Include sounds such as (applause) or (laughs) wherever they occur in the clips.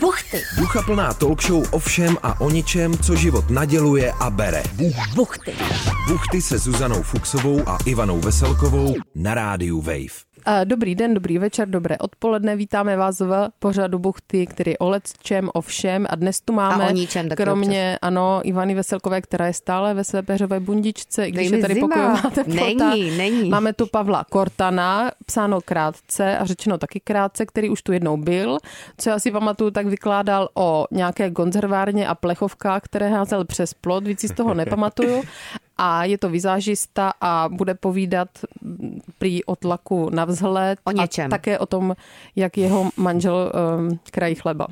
Buchty. Ducha plná talk show o všem a o ničem, co život naděluje a bere. Buchty. Buchty se Zuzanou Fuxovou a Ivanou Veselkovou na rádiu Wave. A Dobrý den, dobrý večer, dobré odpoledne. Vítáme vás v pořadu Buchty, který je o lecčem, o všem. A dnes tu máme, o ničem taky kromě, ano, Ivany Veselkové, která je stále ve své peřové bundičce, i když mi je tady zima. pokojováte Není, není. Máme tu Pavla Kortana, psáno krátce a řečeno taky krátce, který už tu jednou byl. Co já si pamatuju, tak vykládal o nějaké konzervárně a plechovkách, které házel přes plot, víc si z toho nepamatuju. A je to vizážista a bude povídat mm, prý o tlaku na vzhled. O něčem. A také o tom, jak jeho manžel um, krají chleba.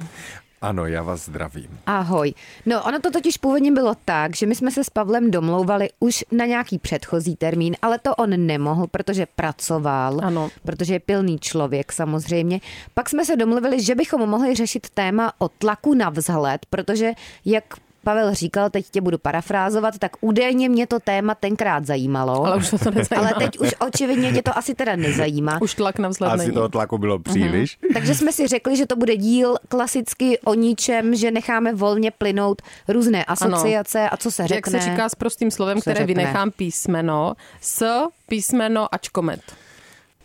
Ano, já vás zdravím. Ahoj. No, ono to totiž původně bylo tak, že my jsme se s Pavlem domlouvali už na nějaký předchozí termín, ale to on nemohl, protože pracoval, Ano. protože je pilný člověk samozřejmě. Pak jsme se domluvili, že bychom mohli řešit téma o tlaku na vzhled, protože jak Pavel říkal, teď tě budu parafrázovat, tak údajně mě to téma tenkrát zajímalo. (laughs) Ale už se to nezajímá. ale teď už očividně tě to asi teda nezajímá. Už tlak na vzhled Asi není. toho tlaku bylo příliš. Takže jsme si řekli, že to bude díl klasicky o ničem, že necháme volně plynout různé asociace ano. a co se Jak řekne. se říká s prostým slovem, Co které řekne? vynechám písmeno, s písmeno ačkomet.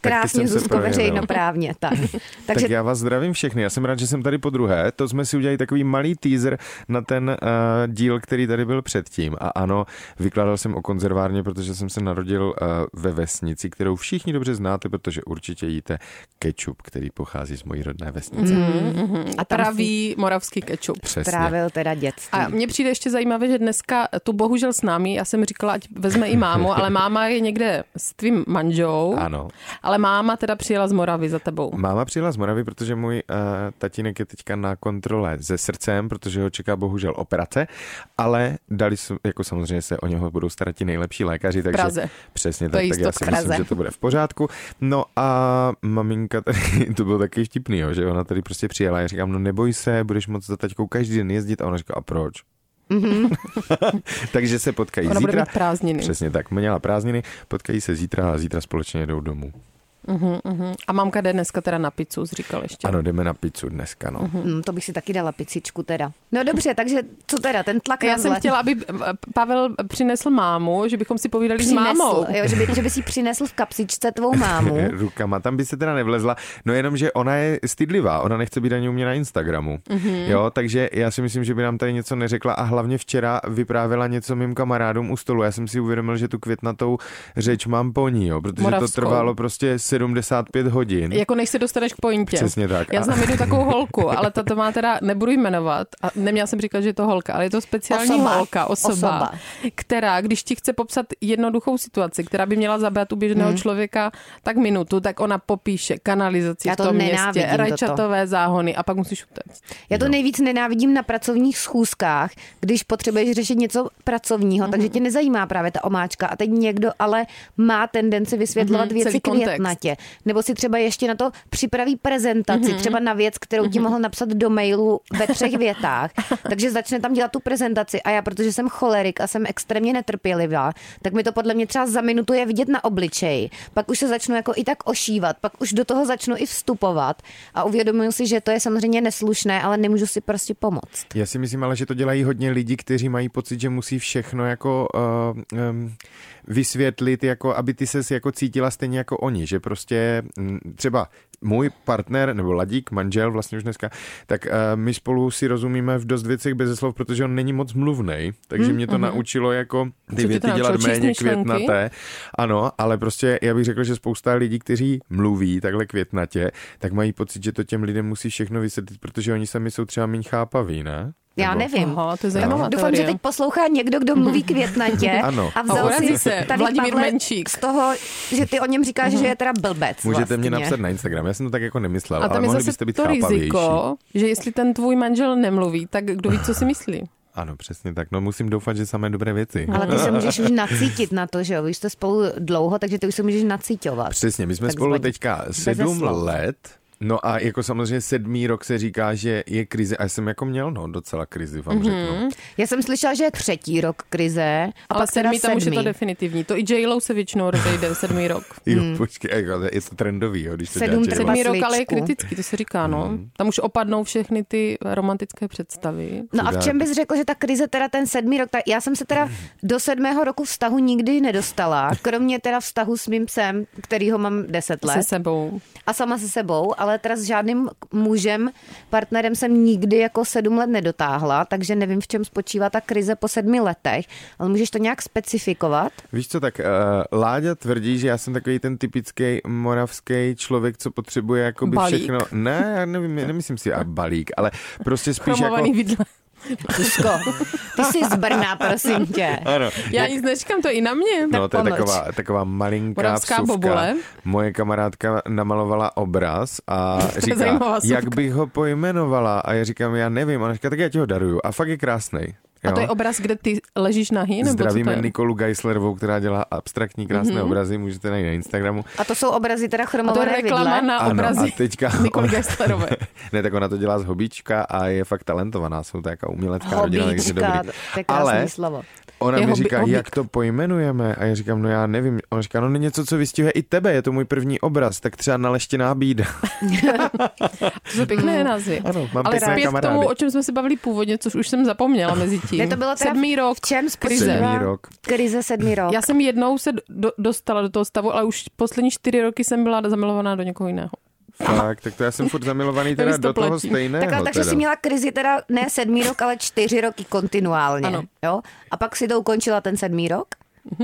Krásně Taky jsem se Zuzko projevil. veřejnoprávně. Tak. Takže Takže... (laughs) Tak já vás zdravím všechny, já jsem rád, že jsem tady po druhé. To jsme si udělali takový malý teaser na ten uh, díl, který tady byl předtím. A ano, vykládal jsem o konzervárně, protože jsem se narodil uh, ve vesnici, kterou všichni dobře znáte, protože určitě jíte ketchup, který pochází z mojí rodné vesnice. Mm, A pravý moravský kečup. Přesně. trávil teda dětství. A mně přijde ještě zajímavé, že dneska tu bohužel s námi, já jsem říkala, ať vezme i mámu, ale máma je někde s tvým manžou. Ano. Ale máma teda přijela z Moravy za tebou. Máma přijela z Moravy, protože můj uh, tatínek je teďka na kontrole se srdcem, protože ho čeká bohužel operace, ale dali, s- jako samozřejmě se o něho budou starat ti nejlepší lékaři, takže Praze. přesně To tak, je tak já si jistotka. myslím, Praze. že to bude v pořádku. No a maminka, tady, (laughs) to bylo taky vtipný, jo, že ona tady prostě přijela, já říkám, no neboj se, budeš moc za taťkou každý den jezdit a ona říká, a proč? (laughs) takže se potkají Mhm. Ona bude zítra. mít prázdniny. Přesně tak, měla prázdniny, potkají se zítra a zítra společně jedou domů. A mámka jde dneska teda na pizzu, jsi říkal ještě. Ano, jdeme na pizzu dneska, no. Hmm, to bych si taky dala picičku teda. No dobře, takže co teda, ten tlak na Já jsem vzhled chtěla, aby eh, Pavel přinesl mámu, že bychom si povídali s přinesl, mámou. jo, že, by, že by si přinesl v kapsičce tvou (laughs) mámu. rukama. Tam by se teda nevlezla, no jenom, že ona je stydlivá, ona nechce být ani u mě na Instagramu. Mm-hmm. Jo, takže já si myslím, že by nám tady něco neřekla a hlavně včera vyprávěla něco mým kamarádům u stolu. Já jsem si uvědomil, že tu květnatou řeč mám po ní, jo, protože Moravskou. to trvalo prostě 75 hodin. Jako než se dostaneš k pointě. Přesně tak. Já A- znám jednu takovou holku, ale ta to má teda, nebudu jmenovat, a neměla jsem říkat, že je to holka, ale je to speciální Osoba. holka, osoba, Osoba. která, když ti chce popsat jednoduchou situaci, která by měla zabrat u běžného hmm. člověka tak minutu, tak ona popíše kanalizaci Já v to tom nenávidím městě, toto. rajčatové záhony a pak musíš utéct. Já to nejvíc nenávidím na pracovních schůzkách, když potřebuješ řešit něco pracovního, takže Mhm. tě nezajímá právě ta omáčka. A teď někdo ale má tendenci vysvětlovat Mhm, věci celý kontext. květnatě. Nebo si třeba ještě na to připraví prezentaci, třeba na věc, kterou ti mohl napsat do mailu ve třech větách. Takže začne tam dělat tu prezentaci. A já, protože jsem cholerik a jsem extrémně netrpělivá, tak mi to podle mě třeba za minutu je vidět na obličeji. Pak už se začnu jako i tak ošívat, pak už do toho začnu i vstupovat a uvědomuji si, že to je samozřejmě neslušné, ale nemůžu si prostě pomoct. Já si myslím ale, že to dělají hodně lidi, kteří mají pocit, že musí všechno jako uh, um, vysvětlit, jako aby ty ses jako cítila stejně jako oni, že prostě mm, třeba můj partner nebo ladík, manžel vlastně už dneska, tak uh, my spolu si rozumíme v dost věcech bez slov, protože on není moc mluvnej, takže Hm, mě to naučilo jako ty to věty naučilo? dělat Číst méně myšlenky? květnaté. Ano, ale prostě já bych řekl, že spousta lidí, kteří mluví takhle květnatě, tak mají pocit, že to těm lidem musí všechno vysvětlit, protože oni sami jsou třeba méně chápaví, ne? Já Nebo- nevím. Aha, to je zajímavá Doufám, že teorie. teď poslouchá někdo, kdo mluví květnatě (laughs) Ano. a vzal A urazí si se, tady Vladimír Pavle Menšík. Mhm. z toho, že ty o něm říkáš, že je teda blbec Můžete vlastně. mě napsat na Instagram, já jsem to tak jako nemyslel, A ale tam je mohli zase byste být to chápavější. riziko, že jestli ten tvůj manžel nemluví, tak kdo ví, co si myslí. Ano, přesně tak. No musím doufat, že samé dobré věci. Ale ty (laughs) se můžeš už nacítit na to, že jo? Vy jste spolu dlouho, takže ty už se můžeš nacítovat. Přesně, my jsme Takzvaně. spolu teďka sedm slov. let. No a jako samozřejmě sedmý rok se říká, že je krize a já jsem jako měl no docela krizi, vám mm-hmm. řeknu. Já jsem slyšela, že je třetí rok krize. A Ale pak teda sedmý tam už je to sedmý. definitivní. To i j se většinou rozejde sedmý rok. Jo, počkej, jako, je to trendový, jo, když mhm. to Sedm dělá trendů. J-Lo. Sedmý rok ale je Masličku. kritický, to se říká, no. Hmm. Tam už opadnou všechny ty romantické představy. No a v čem bys řekl, že ta krize teda ten sedmý rok, ta, já jsem se teda do sedmého roku vztahu nikdy nedostala, kromě teda vztahu s mým psem, kterýho mám deset Se let sebou. jako a sama se sebou, ale teda s žádným mužem, partnerem jsem nikdy jako sedm let nedotáhla, takže nevím, v čem spočívá ta krize po sedmi letech, ale můžeš to nějak specifikovat? Víš co, tak uh, Láďa tvrdí, že já jsem takový ten typický moravský člověk, co potřebuje jako by Balík. všechno. Ne, já nevím, nemyslím si a balík, ale prostě spíš Chromovaný jako... (laughs) vidle. Tuško, ty jsi z Brna, prosím tě. Ano, Já jak- nic neříkám, to je i na mě. No, to je pomlč. taková, taková malinká Moravská vsuvka. bobule. Moje kamarádka namalovala obraz (laughs) a je říká, zajímavá vsuvka. jak bych ho pojmenovala. A já říkám, já nevím. A ona říká, tak já ti ho daruju. A fakt je krásný. A to je obraz, kde ty ležíš nahý? Nebo co to Zdravíme je? Mhm. Nikolu Geislerovou, která dělá abstraktní krásné mm-hmm. obrazy, můžete najít na Instagramu. A to jsou obrazy teda A to je chromované reklama vidle. na Ano, obrazy a teďka- (laughs) Nikoli Gesslerové. ne, tak ona to dělá z hobíčka a je fakt talentovaná, jsou to jaká umělecká rodina, takže dobrý. Hobíčka, to je krásné Ale slovo. Ona Je mi hobby- říká, hobík. jak to pojmenujeme? A já říkám, no já nevím. Ona říká, no není něco, co vystihuje i tebe, je to můj první obraz, tak třeba naleštěná bída. (laughs) To jsou Mm. pěkné názvy. Ano, mám Ale pěkné zpět k kamarády. tomu, o čem jsme se bavili původně, což už jsem zapomněla mezi tím. Ne, to bylo teda Sedmý rok. v čem krize. spočívá? Sedmý rok. Krize sedmý rok. Já jsem jednou se do, dostala do toho stavu, ale už poslední čtyři roky jsem byla zamilovaná do někoho jiného. Fakt, tak to já jsem furt zamilovaný teda Navíc to do toho platí. stejného. Takhle, takže teda. jsi měla krizi teda ne sedmý rok, ale čtyři roky kontinuálně. Ano. Mhm. Jo? A pak si to ukončila ten sedmý rok? Hm,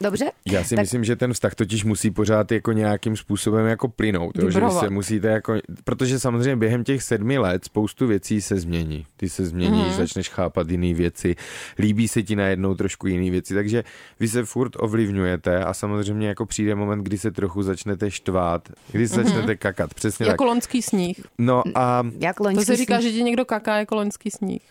Dobře? Já si tak- tak... myslím, že ten vztah totiž musí pořád jako nějakým způsobem jako plynout, jo, že vy Vibrovat. se musíte jako, protože samozřejmě během těch sedmi let spoustu věcí se změní. Ty se Mhm. změníš, mm-hmm. začneš chápat jiné věci, líbí se ti najednou trošku jiné věci, takže vy se furt ovlivňujete a samozřejmě jako přijde moment, kdy se trochu začnete štvát, kdy se začnete mm-hmm. kakat, přesně Mhm. Jako tak. loňský sníh. No a Jak To loňský se říká, sníh? že ti někdo kaká jako loňský sníh.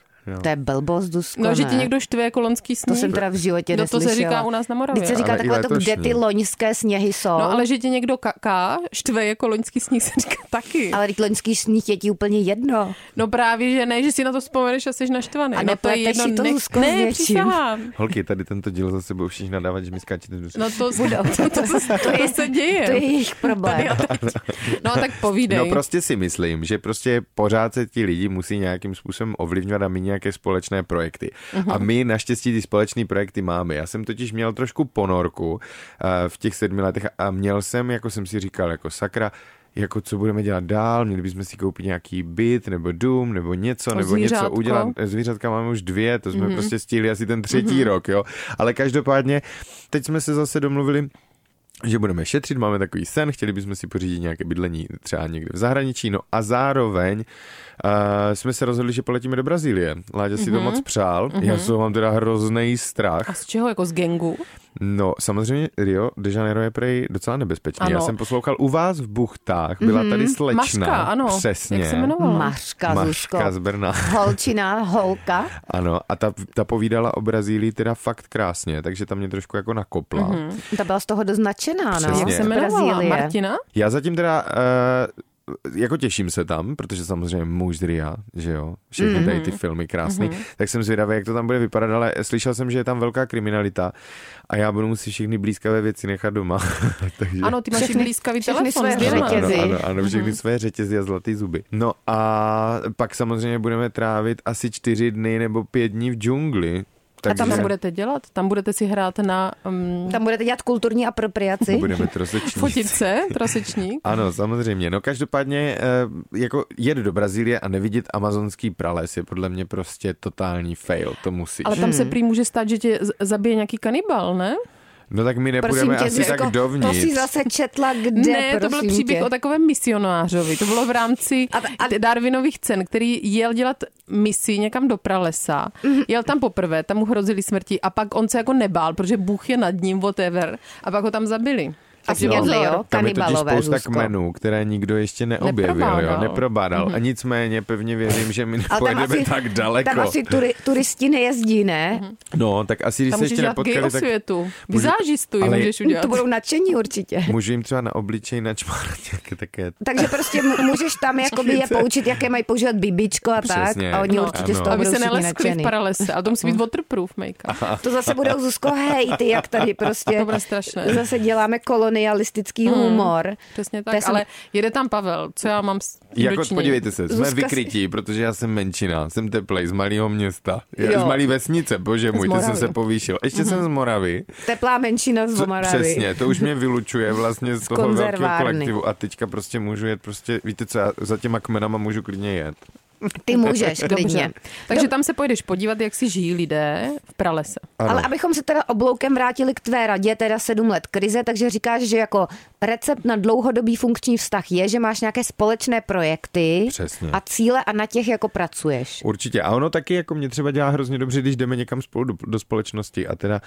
To je blbost, Dusko, No, že ne? ti někdo štve jako loňský sníh. To jsem teda v životě No to neslyšela. se říká u nás na Vždyť se Moravě. říká Ale i takové to, kde letošní. ty loňské sněhy jsou. No ale že ti někdo kaká, štve jako loňský sníh, (laughs) se říká taky. ale teď loňský sníh je ti úplně jedno. No právě, že ne, že si na to vzpomeneš a jsi naštvaný. A no to je nepleteš jedno, si to, nech- Zuzko, s ne, něčím. přísahám. holky, tady tento díl za sebou všichni nadávat, že mi skáčete do No (laughs) to, (laughs) to, to, to, to, to se děje. To je jejich problém. No a tak povídej. No prostě si myslím, že prostě pořád se ti lidi musí nějakým způsobem ovlivňovat a mít nějaké společné projekty. Mhm. Uh-huh. A my naštěstí ty společné projekty máme. Já jsem totiž měl trošku ponorku uh, v těch sedmi letech a měl jsem, jako jsem si říkal, jako sakra, jako co budeme dělat dál, měli bychom si koupit nějaký byt nebo dům nebo něco, O nebo něco zvířátko. Mhm. udělat. Zvířatka máme už dvě, to jsme mm-hmm. prostě stihli asi ten třetí mm-hmm. rok, jo. Ale každopádně, teď jsme se zase domluvili, že budeme šetřit, máme takový sen, chtěli bychom si pořídit nějaké bydlení třeba někde v zahraničí, no a zároveň uh, jsme se rozhodli, že poletíme do Brazílie. Láďa si to moc přál, mm-hmm. já z toho mám teda hrozný strach. Mhm. A z čeho? Jako z gengu? No, samozřejmě Rio de Janeiro je prej docela nebezpečný. Ano. Mhm. Já jsem poslouchal u vás v Buchtách, byla tady slečna. Maška, ano. Přesně. Jak se jmenovala? Mařka, Zuzko. Maška z Brna. Holčina, holka. Ano, a ta, ta povídala o Brazílii teda fakt krásně, takže ta mě trošku jako nakopla. Mhm. Mm-hmm. Ta byla z toho doznačená, no. Přesně. Jak se Brazílie. jmenovala? Brazílie. Martina? Já zatím teda uh, jako těším se tam, protože samozřejmě muž z Ria, že jo, všechny mm-hmm. tady Mhm. ty filmy krásný, mm-hmm. tak jsem zvědavý, jak to tam bude vypadat, ale slyšel jsem, že je tam velká kriminalita a já budu muset všechny blízkavé věci nechat doma. (laughs) takže... Ano, Mhm. ty máš i Všechny- blízkavý všechny telefon. své s dvěma. řetězy. Ano, ano, ano všechny mm-hmm. své řetězy a zlatý zuby. No a pak samozřejmě budeme trávit asi čtyři dny nebo pět dní v džungli. A Takže tam co budete dělat? Tam budete si hrát na um, Tam budete dělat kulturní apropriaci. budeme troseční. fotit se, trasečník. Ano, samozřejmě. No každopádně eh, jako jet do Brazílie a nevidět amazonský prales je podle mě prostě totální fail, to musíš. Ale tam Hmm. se prý může stát, že tě z- zabije nějaký kanibal, ne? No tak my nepůjdeme asi Zuzko, tak dovnitř. To jsi zase četla kde, ne, to byl prosím příběh tě. o takovém misionářovi. To bylo v rámci A- a, a- Darwinových cen, který jel dělat misi někam do pralesa. Mhm. Mm-hmm. Jel tam poprvé, tam mu hrozili smrti a pak on se jako nebál, protože Bůh je nad ním, whatever. A pak ho tam zabili. Asi Takže někdy, pozor. jo, Tam je totiž kanibalové, spousta Zuzko. kmenů, které nikdo ještě neobjevil, Neprobádal. jo, neprobádal. A nicméně pevně věřím, že my Ale tam nepojedeme asi, tak daleko. tam asi turi, turisti nejezdí, ne? Mhm, No, tak asi, když Tam se můžeš ještě dělat gay nepotkali, tak osvětu. Vizážistu ji Ale- můžeš udělat. To budou nadšení určitě. můžu jim třeba na obličej načmát nějaké také Takže prostě mu- můžeš (laughs) tam jakoby je poučit, jaké mají používat bibičko a tak. Přesně. A oni No, určitě z ano. toho aby budou se všichni neleskli v nadšený. paralese. Ale (laughs) to musí být waterproof make-up. To zase budou Zuzko hejty, jak tady prostě. (laughs) To bude strašné. Hmm. Zase děláme kolonialistický humor. Přesně To tak, je ale jede tam Pavel, co já mám s- Jako, dočinění? podívejte se, jsme Zuzka si- vykrytí, protože já jsem menšina, jsem teplej z malého města, Jo. jo. z malé vesnice, bože můj, to jsem Moravy. se povýšil. Ještě jsem z Moravy, Teplá menšina z Co- Moravy. přesně, to už mě vylučuje vlastně z toho velkého konzervárny. kolektivu a teďka prostě můžu jet prostě, víte co, já za těma kmenama můžu klidně jet. Ty (laughs) můžeš, klidně. Dobře. Takže tam se pojedeš podívat, jak si žijí lidé v pralese. Ano. Ale abychom se teda obloukem vrátili k tvé radě, teda sedm let krize, takže říkáš, že jako recept na dlouhodobý funkční vztah je, že máš nějaké společné projekty Přesně. a cíle a na těch jako pracuješ. Určitě. A ono taky jako mě třeba dělá hrozně dobře, když jdeme někam spolu do, do společnosti. A teda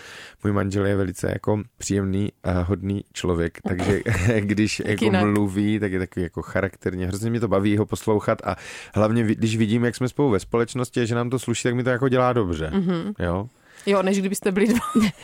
můj manžel je velice jako příjemný a hodný člověk, takže (laughs) když jako jinak. mluví, tak je takový jako charakterně. Hrozně mě to baví ho poslouchat a hlavně vi- když vidím, jak jsme spolu ve společnosti, a že nám to sluší, tak mi to jako dělá dobře. Mhm. Mm-hmm. Jo? Jo, než kdybyste byli dva.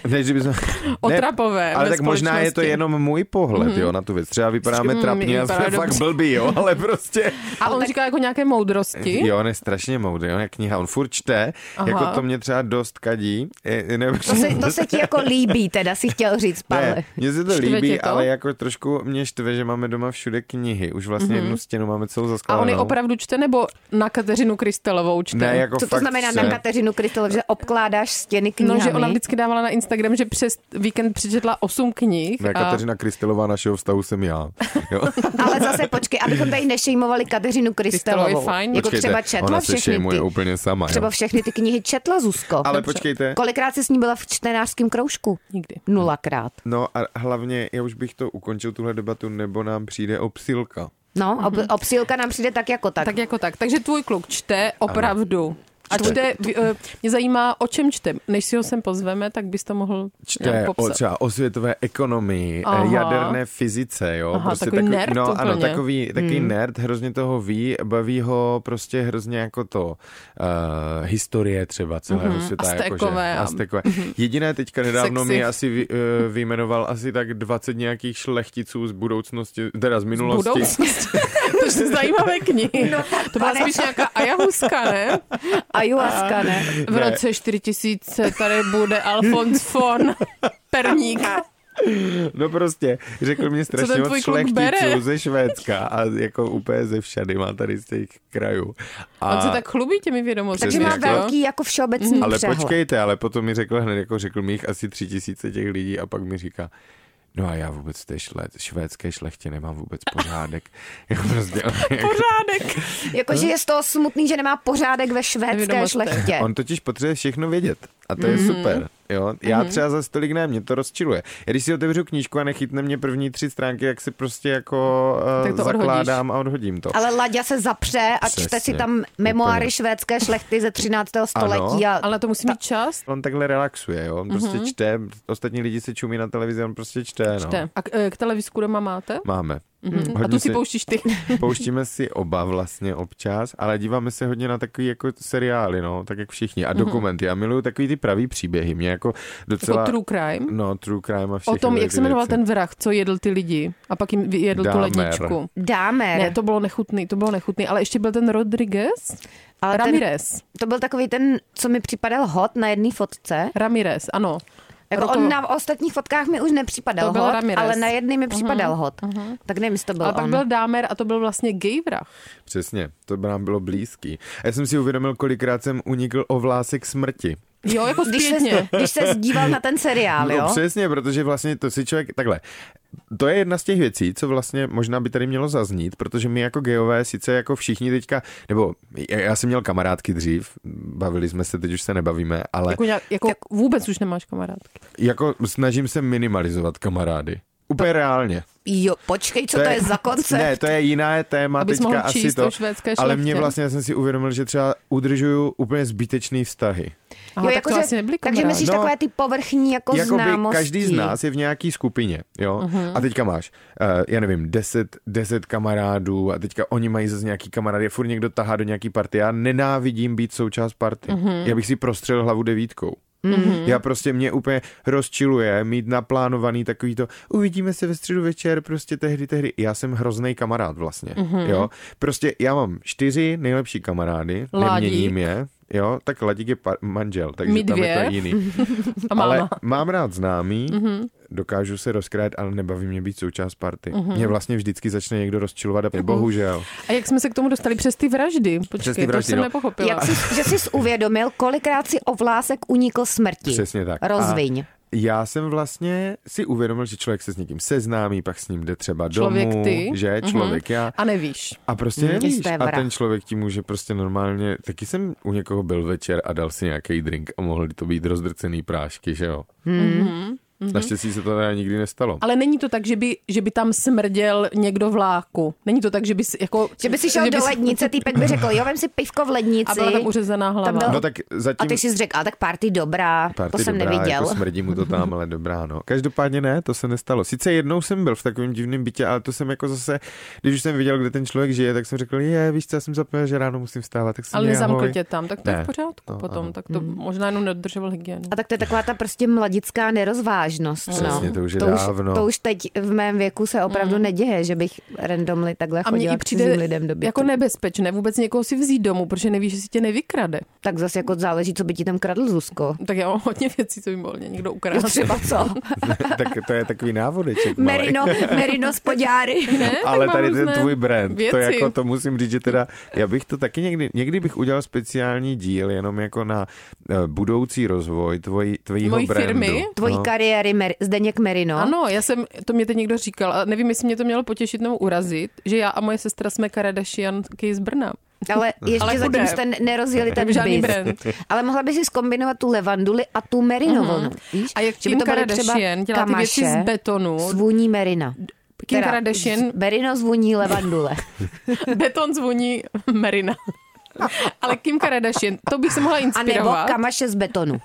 Než kdyby (laughs) jsme... Otrapové ale ve tak možná je to společnosti. Mhm. jenom můj pohled, mm-hmm. jo, na tu věc. Třeba vypadáme Mm, trapně a jsme vypadá fakt dobře. blbí, jo, ale prostě... A on říká jako nějaké moudrosti. Jo, on je strašně moudrý, on je kniha, on furt čte, Aha. Aha. jako to mě třeba dost kadí. Je, ne, To se, to se ti jako líbí, teda si chtěl říct, Pavle. ne, mně se to Štve líbí, tě to? to? ale jako trošku mě štve, že máme doma všude knihy. Už vlastně mm-hmm. jednu stěnu máme celou A zaskládanou. on je opravdu čte nebo na Kateřinu Kristelovou čte? Ne, jako Co to fakt znamená se... na Kateřinu Krystel, že obkládáš stěny knihami? No, že ona vždycky dávala na Instagram, že přes víkend přečetla osm knih. Ne, a... Kateřina Kristelová našeho vztahu jsem já. Jo. Ale zase počkej, abychom tady nešejmovali Kateřinu Krystelovou je Krystelovou. fajn. Jako Počkejte, třeba četla ona se všechny šejmuje ty, úplně sama. třeba jo. všechny ty knihy četla, Zuzko. Ale počkejte. Kolikrát jsi s ní byla v čtenářském kroužku? Nikdy. Nulakrát. No a hlavně, já už bych to ukončil tuhle debatu, nebo nám přijde obsilka. No, ob, obsílka nám přijde tak jako tak. Mhm. Tak jako tak. Takže tvůj kluk čte opravdu. A čte, vy- eh, mě zajímá, o čem čte. Než si ho sem pozveme, tak bys to mohl čte nějak o popsat. třeba o světové ekonomii, Aha. Aha. jaderné fyzice, jo. Aha, takový nerd no, ano, úplně. takový, takový hmm. nerd, hrozně toho ví, baví ho prostě hrozně jako to uh, historie třeba celého mm-hmm. světa. Aztékové Mhm, a- Mhm. Jakože, aztékové. Jediné teďka nedávno Sexy. mi asi vy, uh, vyjmenoval asi tak 20 nějakých šlechticů z budoucnosti, teda z minulosti. Budoucnost. (laughs) to jsou zajímavé knihy. to byla pane. spíš nějaká ajahuska, ne? Ayahuasca, ne? V Ne. roce 4000 tady bude Alfons von Perník. (laughs) No prostě, řekl mě strašně ten moc tvůj kluk bere? šlechticů ze Švédska a jako úplně ze všady má tady z těch krajů. A... On se tak chlubí těmi vědomostmi. Takže Přesně má jako- Mhm. velký jako všeobecný (laughs) Ale přehled. počkejte, ale potom mi řekl hned, jako řekl mi jich asi tři tisíce těch lidí a pak mi říká, no a já vůbec v té šle, švédské šlechtě nemám vůbec pořádek. (laughs) Já prostě, (laughs) Pořádek. Jakože je z toho smutný, že nemá pořádek ve švédské Nevědomostech. šlechtě. on totiž potřebuje všechno vědět a to je Mhm. super. Jo? Já třeba za stolik ne, mě to rozčiluje. Já když si otevřu knížku a nechytne mě první tři stránky, jak si prostě jako Tak to tak to odhodíš. zakládám a odhodím to. Ale Laďa se zapře a Přesně, čte si tam memoáry úplně. švédské šlechty ze 13. století. A... Ale to musí mít čas. On takhle relaxuje, jo? on prostě Mhm. mm-hmm. čte, ostatní lidi se čumí na televizi, on prostě čte. No. Čte. A k, eh, k televizku doma máte? Máme. A tu si pouštíš (laughs) ty. jako Pouštíme si oba vlastně občas, ale díváme se hodně na takový jako seriály, no, tak jak všichni. Mhm. A dokumenty. Já miluju takový ty pravý příběhy. Mě jako docela... Jako true crime? No, true crime a všechny. O tom, jak tyhle se jmenoval věci. ten vrah, co jedl ty lidi a pak jim jedl tu Dahmer. ledničku. Dáme. Ne, to bylo nechutný, to bylo nechutný, ale ještě byl ten Rodriguez? Ale ten- Ramirez. To byl takový ten, co mi připadal hot na jedné fotce. Ramirez, ano. Jako Ruko- on na ostatních fotkách mi už nepřipadal To byl hot, Ramirez. Mhm, ale na jedné mi připadal hot. Tak nevím, jestli to byl Ale pak on. byl Dámer a to byl vlastně gay vrah. Přesně, to by nám bylo blízký. A já jsem si uvědomil, kolikrát jsem unikl o vlásek smrti. Jo, jako Když se, zpětně. když se zdíval na ten seriál, No, jo? přesně, protože vlastně to si člověk takhle. To je jedna z těch věcí, co vlastně možná by tady mělo zaznít, protože my jako gejové sice jako všichni teďka, nebo já- já jsem měl kamarádky dřív, bavili jsme se, teď už se nebavíme, ale Jako, nějak, jako vůbec už nemáš kamarádky. jako snažím se minimalizovat kamarády. Úplně reálně. Jo, počkej, co to je, to je za koncept? Ne, to je jiné téma Abys teďka mohl asi číst to. to švédské ale šlechtě. mě vlastně, já jsem si uvědomil, že třeba udržuju úplně zbytečný vztahy. Aha, jo, tak to jakože- asi nebyli takže kamarádi. myslíš No. takové ty povrchní jako Jakoby známosti. každý z nás je v nějaký skupině, jo? Uh-huh. A teďka máš, uh, já nevím, 10, 10 kamarádů a teďka oni mají zase nějaký kamarády, furt někdo tahá do nějaký party. Já nenávidím být součást party. Uh-huh. Já bych si prostřel hlavu devítkou. Mm-hmm. Já prostě mě úplně rozčiluje mít naplánovaný takový to, uvidíme se ve středu večer, prostě tehdy, tehdy. Já jsem hrozný kamarád vlastně, mm-hmm. jo. Prostě já mám čtyři nejlepší kamarády, Ládík. neměním je, jo. Tak Ladík je pa- manžel, takže My tam je dvě. to jiný. A máma. Mhm. Ale mám rád známý, mm-hmm. dokážu se rozkrát, ale nebaví mě být součást party. Mhm. Mm-hmm. Mě vlastně vždycky začne někdo rozčilovat a bohužel. A jak jsme se k tomu dostali? Přes ty vraždy. Počkej, Přes ty to vraždy, jsem no. nepochopila. Jak jsi, že jsi uvědomil, kolikrát si ovlásek unikl smrti. Přesně tak. Rozviň. A já jsem vlastně si uvědomil, že člověk se s někým seznámí, pak s ním jde třeba Člověk domů, ty. Mhm. že člověk mm-hmm. já. A nevíš. A prostě nevíš. jisté A vrah. ten člověk ti může prostě normálně, taky jsem u někoho byl večer a dal si nějaký drink a mohly to být rozdrcený prášky, že jo? Mhm. Mhm. Mm-hmm. Naštěstí se to teda nikdy nestalo. Ale není to tak, že by, že by tam smrděl někdo v láku. Není to tak, že by si, jako... Že by si šel že do bys- lednice, týpek by řekl, jo, vem si pivko v lednici. A byla tam uřezaná hlava. byla- No tak a zatím... ty jsi řekl, a tak party dobrá, Party to jsem dobrá, neviděl. Jako smrdí mu to tam, ale dobrá, no. (laughs) Každopádně ne, to se nestalo. Sice jednou jsem byl v takovém divném bytě, ale to jsem jako zase, když už jsem viděl, kde ten člověk žije, tak jsem řekl, je, víš co, já jsem zapomněl, že ráno musím vstávat, tak jsem Ale měl, nezamkl ahoj. tě tam, tak to je Ne, v pořádku to potom. ano. Tak to možná jenom nedodržoval hygienu. Mm. A tak to je taková ta prostě mladická nerozvážnost. Přesně, no. to už je to už, dávno. To už teď v mém věku se opravdu neděje, že bych randomly takhle Mm. A chodila mně i k cizím přijde lidem do bytu. jako nebezpečné vůbec někoho si vzít domů, protože nevíš, že si tě nevykrade. Tak zase jako záleží, co by ti tam kradl Zuzko. Tak já mám hodně věcí, co by mohl mě někdo Jo, ukrátit. třeba co? (laughs) tak to je takový návodeček. (laughs) malej. Merino, merino z (laughs) poďáry. Ne, tak Ale mám tady ten různé tvůj brand, věci. to jako to musím říct, že teda já bych to taky někdy, někdy bych udělal speciální díl jenom jako na eh, budoucí rozvoj tvojí, tvojího Mojí brandu. firmy? Tvojí No. kariéry Mer- Zdeněk Merino. Ano, já jsem, to mě teď někdo říkal, a nevím, jestli mě to mělo potěšit nebo urazit, že já a moje sestra jsme Kardashianky z Brna. (laughs) Ale ještě Ale ale chudé. zatím jste ne- nerozjeli ten Nevím žádný biz. brand. Ale mohla by si zkombinovat tu levanduli a tu merinovonu. Mm-hmm. Víš? Mhm. A jak Že by Kim to byly třeba Kardashian dělá ty kamaše, věci z betonu, Svůní merina. Kim Teda Kardashian, z- Merino zvůní levandule. beton zvoní Merina. (laughs) Ale Kim Kardashian, to bych se mohla A nebo (laughs) inspirovat. kamaše z betonu.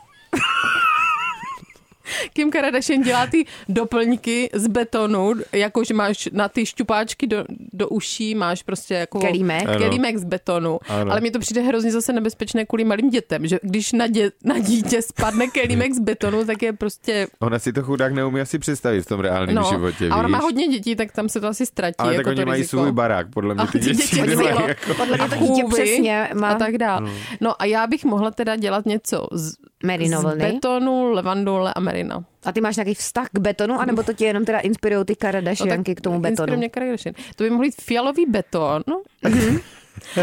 Kim Kardashian dělá ty doplňky z betonu, jakože máš na ty šťupáčky do, do uší, máš prostě jako... Kelímek. Ano. Kelímek z betonu. Ano. Ale mně to přijde hrozně zase nebezpečné kvůli malým dětem, že když na, dě, na dítě spadne kelímek z betonu, tak je prostě... Ona si to chudák neumí asi představit v tom reálném No, životě, a ona víš? má hodně dětí, tak tam se to asi ztratí. Ale jako tak oni to mají riziko. svůj barák, podle mě A ty ty děti (laughs) děti nemají mají- jako... Podle mě to dítě Chůvy přesně má... a tak dále. No a já bych mohla teda dělat něco z, z Merinovlny. betonu, levandule a merina. No A ty máš nějaký vztah k betonu, anebo to tě jenom teda inspirují ty karadašianky k tomu No inspiruje betonu? Mě Kardashian. to by mohl být fialový beton. Mhm. (laughs)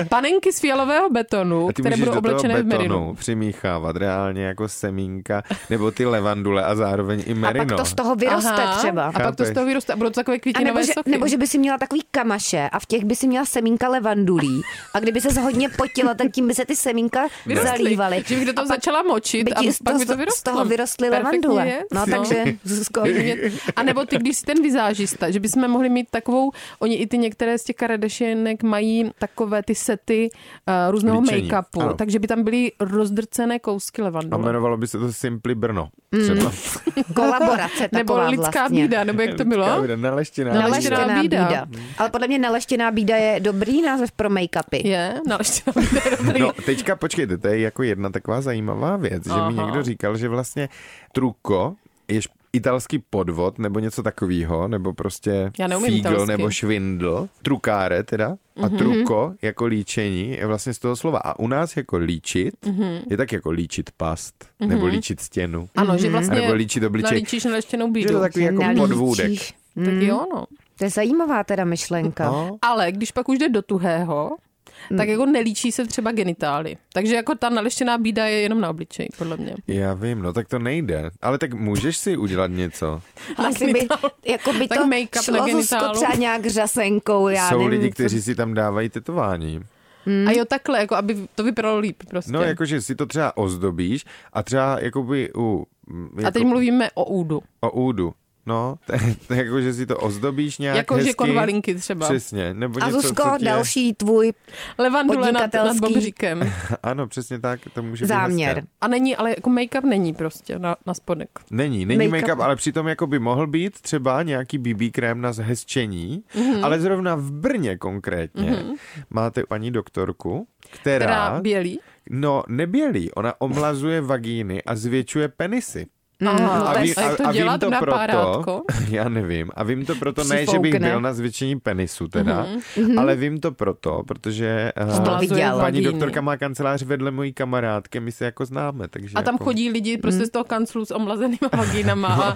Panenky z fialového betonu, A ty které můžeš budou do toho oblečené v merinu. betonu přimíchávat reálně jako semínka, nebo ty levandule a zároveň i A merino. pak to z toho vyroste Aha, třeba. A pak to z toho vyroste a budou to takové A nebo květinové že, soky. nebo že by si měla takový kamaše a v těch by si měla semínka levandulí a kdyby se hodně potila, tak tím by se ty semínka Vyrostly. zalívaly. Že bych do toho začala močit by a ti z pak toho, by to z toho vyrostlo. vyrostly Perfektní levandule. věc, No, takže, Zuzko, (laughs) A nebo ty, když jsi ten vizážista, že bychom mohli mít takovou, oni i ty některé z těch Kardashianek mají takové ty sety uh, různého Líčení, make-upu, ano. takže by tam byly rozdrcené kousky A levandule. jmenovalo by se to Simply Brno. Mm. Třeba. kolaborace taková Nebo lidská vlastně. bída, nebo jak to (laughs) bylo? Kávěda, Naleštěná. No. Naleštěná. Naleštěná bída. bída. Ale podle mě naleštěná bída je dobrý název pro make-upy. Je, No, (laughs) naleštěná bída je dobrý. No, teďka počkejte, to je jako jedna taková zajímavá věc, Aha. že mi někdo říkal, že vlastně truko je š- italský podvod nebo něco takového, nebo prostě Já neumím fígl italsky. Mhm. nebo švindl, trukáre teda, a truko jako líčení je vlastně z toho slova. A u nás jako líčit je tak jako líčit past, nebo líčit stěnu, Mhm. Ano, že a vlastně nebo líčit obličej. nalíčíš naleštěnou Že je bídu. to takový jako Nalíčíš. podvůdek. Mm. Tak jo, no. To je zajímavá teda myšlenka. No, Ale když pak už jde do tuhého, Mm. tak jako nelíčí se třeba genitály. Takže jako ta naleštěná bída je jenom na obličeji, podle mě. já vím, no tak to nejde. Ale tak můžeš si udělat něco. Asi by, jako by Tak to make-up na šlo Zuzko genitálu. třeba nějak řasenkou. Já Jsou nevím, lidi, co- kteří si tam dávají tetování. Mm. A jo, takhle, jako aby to vypadalo líp prostě. No, jakože si to třeba ozdobíš a třeba jakoby u... mm, Jako A teď mluvíme o údu. O údu. No, (laughs) jako, že si to ozdobíš nějak Jako, hezky. že konvalinky třeba. Přesně. Nebo A něco, Zuzko, co tě... další tvůj Levandule nad, nad Podnikatelský. bobříkem. (laughs) Ano, přesně tak, to může být záměr. hezké. A není, ale jako make-up není prostě na, na spodek. Není, není Make-up. make-up, ale přitom jako by mohl být třeba nějaký BB krém na zhezčení, mm-hmm. ale zrovna v Brně konkrétně mm-hmm. máte paní doktorku, která, Teda bělý. no nebělí, ona omlazuje vagíny a zvětšuje penisy. Mm. Aha, a, a, vím, a, jak to a, a vím dělat to na proto, párátko? (laughs) já nevím, a vím to proto, ne, že bych Přifoukne. Mhm. byl na zvětšení penisu teda, mm-hmm. ale vím to proto, protože eh, To viděl. paní vagíny. doktorka má kancelář vedle mojí kamarádky, my se jako známe, takže A tam jako... chodí lidi prostě z toho kanclu s (laughs) omlazenýma vagínama a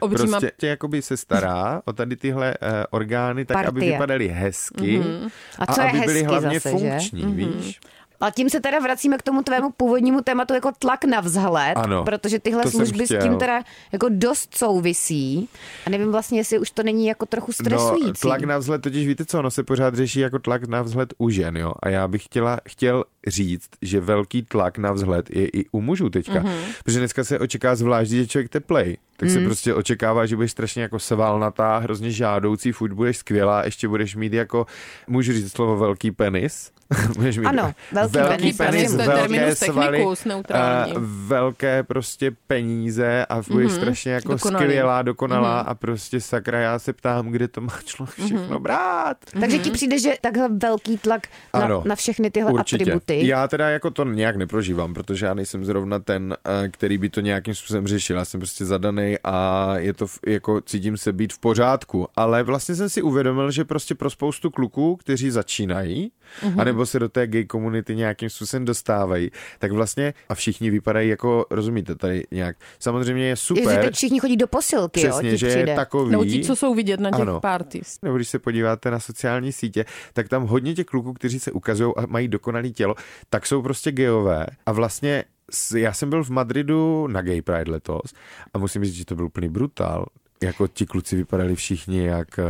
obříma Prostě tě jakoby se stará o tady tyhle uh, orgány tak, aby Partie. vypadaly hezky mm-hmm. Mhm. A co je aby byly hezky hlavně zase, že? Mhm. funkční, že? víš. A tím se teda vracíme k tomu tvému původnímu tématu jako tlak na vzhled, Ano, protože tyhle to jsem služby s chtěl. tím teda jako dost souvisí. A nevím vlastně, jestli už to není jako trochu No, stresující. tlak na vzhled, totiž víte co, ono se pořád řeší jako tlak na vzhled u žen, jo. A já bych chtěla, chtěl říct, že velký tlak na vzhled je i u mužů teďka. Mhm. Mm-hmm. Protože dneska se očeká zvlášť, že je člověk teplej. Tak se prostě očekává, že budeš strašně jako svalnatá, hrozně žádoucí, furt budeš skvělá, ještě budeš mít jako, můžu říct slovo velký penis? (laughs) budeš mít Ano, velký penis, penis, to je velké terminus svaly, technicus, neutrální. eh, velké prostě peníze a budeš Mhm. mm-hmm. strašně jako Dokonalý. skvělá, dokonalá mm-hmm. a prostě sakra, já se ptám, kde to má člověk Mhm. všechno brát. Takže ti přijde, že takhle velký tlak na, Ano, na všechny tyhle Určitě. atributy. Já teda jako to nějak neprožívám, protože já nejsem zrovna ten, eh, který by to nějakým způsobem řešil. Já jsem prostě zadaný a je to v- jako cítím se být v pořádku. Ale vlastně jsem si uvědomil, že prostě pro spoustu kluků, kteří začínají, Mhm. mm-hmm. anebo se do té gay komunity nějakým způsobem dostávají, tak vlastně a všichni vypadají jako, rozumíte, tady nějak. Samozřejmě je Super. Že super, teď všichni chodí do posilky, přesně, jo, ti že přijde. je takový. No, ti, co jsou vidět na těch Ano. ano. parties. nebo když se podíváte na sociální sítě, tak tam hodně těch kluků, kteří se ukazují a mají dokonalé tělo, tak jsou prostě geové a vlastně s- já jsem byl v Madridu na Gay Pride letos a musím říct, že to byl úplný brutál. Jako ti kluci vypadali všichni jak eh,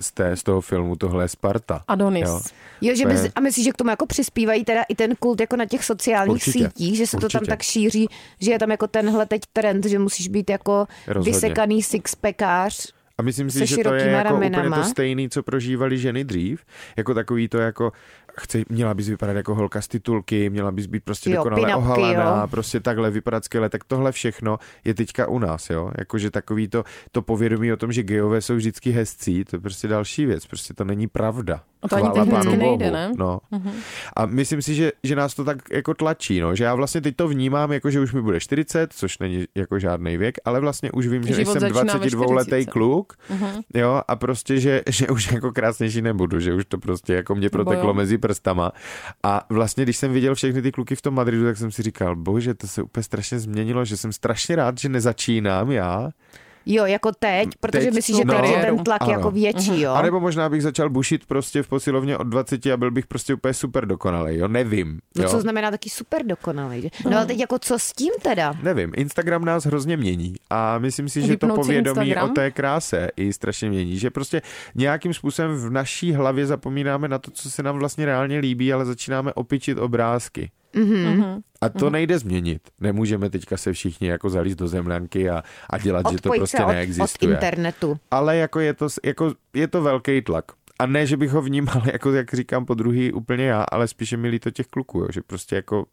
z, té, z toho filmu Tohle je Sparta. Adonis. Jo. Jo, že To je- mys- a myslíš, že k tomu jako přispívají teda i ten kult jako na těch sociálních Určitě, sítích, že se to tam určitě. tak šíří, že je tam jako tenhle teď trend, že musíš být jako Rozhodně. vysekaný sixpackář. A myslím se si, že to je širokýma jako úplně to ramenama. stejný, co prožívali ženy dřív. Jako takový to jako, chci, měla bys vypadat jako holka z titulky, měla bys být prostě Jo, dokonale pin-upky, ohalená, jo. prostě takhle vypadat skvěle, tak tohle všechno je teďka u nás, jo. Jakože takový to, to povědomí o tom, že gejové jsou vždycky hezcí, to je prostě další věc, prostě to není pravda. A No to ani Chvála technicky pánu nejde, bohu, ne? Mhm. No. A myslím si, že, že nás to tak jako tlačí, no. že já vlastně teď to vnímám, jako že už mi bude 40, což není jako žádný věk, ale vlastně už vím, že Život jsem začíná ve 22 letý 40. kluk, Mhm. jo, a prostě, že, že už jako krásnější nebudu, že už to prostě jako mě Nebo proteklo jo. mezi prstama. A vlastně, když jsem viděl všechny ty kluky v tom Madridu, tak jsem si říkal, bože, to se úplně strašně změnilo, že jsem strašně rád, že nezačínám já. Jo, jako teď, protože Hmm, Teď myslíš, tu že tady je kariéru. ten tlak Ano. jako větší, jo? A nebo možná bych začal bušit prostě v posilovně od 20 a byl bych prostě úplně super dokonalý, jo, nevím. No, jo. co znamená taky super dokonalý. že? No ale teď jako co s tím teda? Nevím, Instagram nás hrozně mění a myslím si, že Vypnout to si povědomí Instagram? o té kráse i strašně mění, že prostě nějakým způsobem v naší hlavě zapomínáme na to, co se nám vlastně reálně líbí, ale začínáme opičit obrázky. Mhm. A to nejde změnit. Nemůžeme teďka se všichni jako zalíst do zemlánky a, a dělat, že to Odpojit prostě se od, od neexistuje. internetu. Ale jako je, to, jako je to velký tlak. A ne, že bych ho vnímal, (laughs) jako jak říkám po druhý úplně já, ale spíše mi líto těch kluků, jo, že prostě jako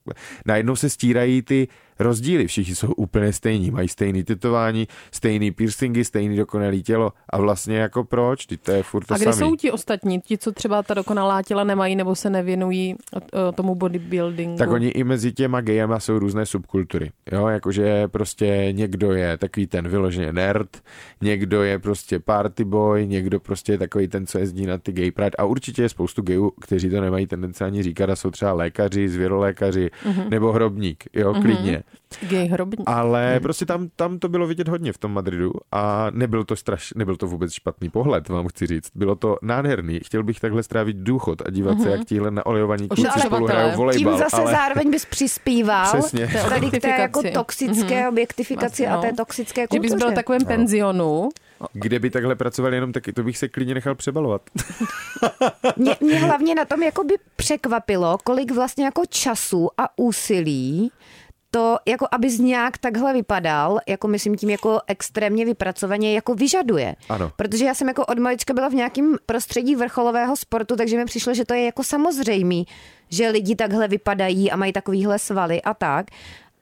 najednou se stírají ty rozdíly, všichni jsou úplně stejní, mají stejný tetování, stejný piercingy, stejný dokonalý tělo a vlastně jako proč, ty to je furt to a kde samý. jsou ti ostatní, ti, co třeba ta dokonalá těla nemají nebo se nevěnují eh, tomu bodybuildingu? Tak oni i mezi těma gejama jsou různé subkultury. Jo, jakože prostě někdo je takový ten vyloženě nerd, někdo je prostě party boy, někdo prostě je takový ten, co jezdí na ty gay pride. A určitě je spoustu gejů, kteří to nemají tendence ani říkat a jsou třeba lékaři, zvěrolékaři Mhm. mm-hmm. nebo hrobník, jo, klidně. Mm-hmm. Gay hrobní. Ale Mhm. hmm. prostě tam, tam to bylo vidět hodně v tom Madridu a nebyl to, straš, nebyl to vůbec špatný pohled, vám chci říct. Bylo to nádherný, chtěl bych takhle strávit důchod a dívat hmm. se, jak tíhle naolejovaní kluci Ošetřovatelé. spolu hrajou volejbal. Mhm. Tím zase ale... zároveň bys přispíval Přesně. Té tady k té jako objektifikaci. toxické objektifikaci Vlastně, a té no. toxické Že kultuře. bys byl v takovém penzionu, Kde by takhle pracovali jenom taky, to bych se klidně nechal přebalovat. Mě, mě hlavně na tom jako by překvapilo, kolik vlastně jako času a úsilí to, jako abys nějak takhle vypadal, jako myslím tím jako extrémně vypracovaně, jako vyžaduje. Ano. Protože já jsem jako od malička byla v nějakém prostředí vrcholového sportu, takže mi přišlo, že to je jako samozřejmý, že lidi takhle vypadají a mají takovýhle svaly a tak.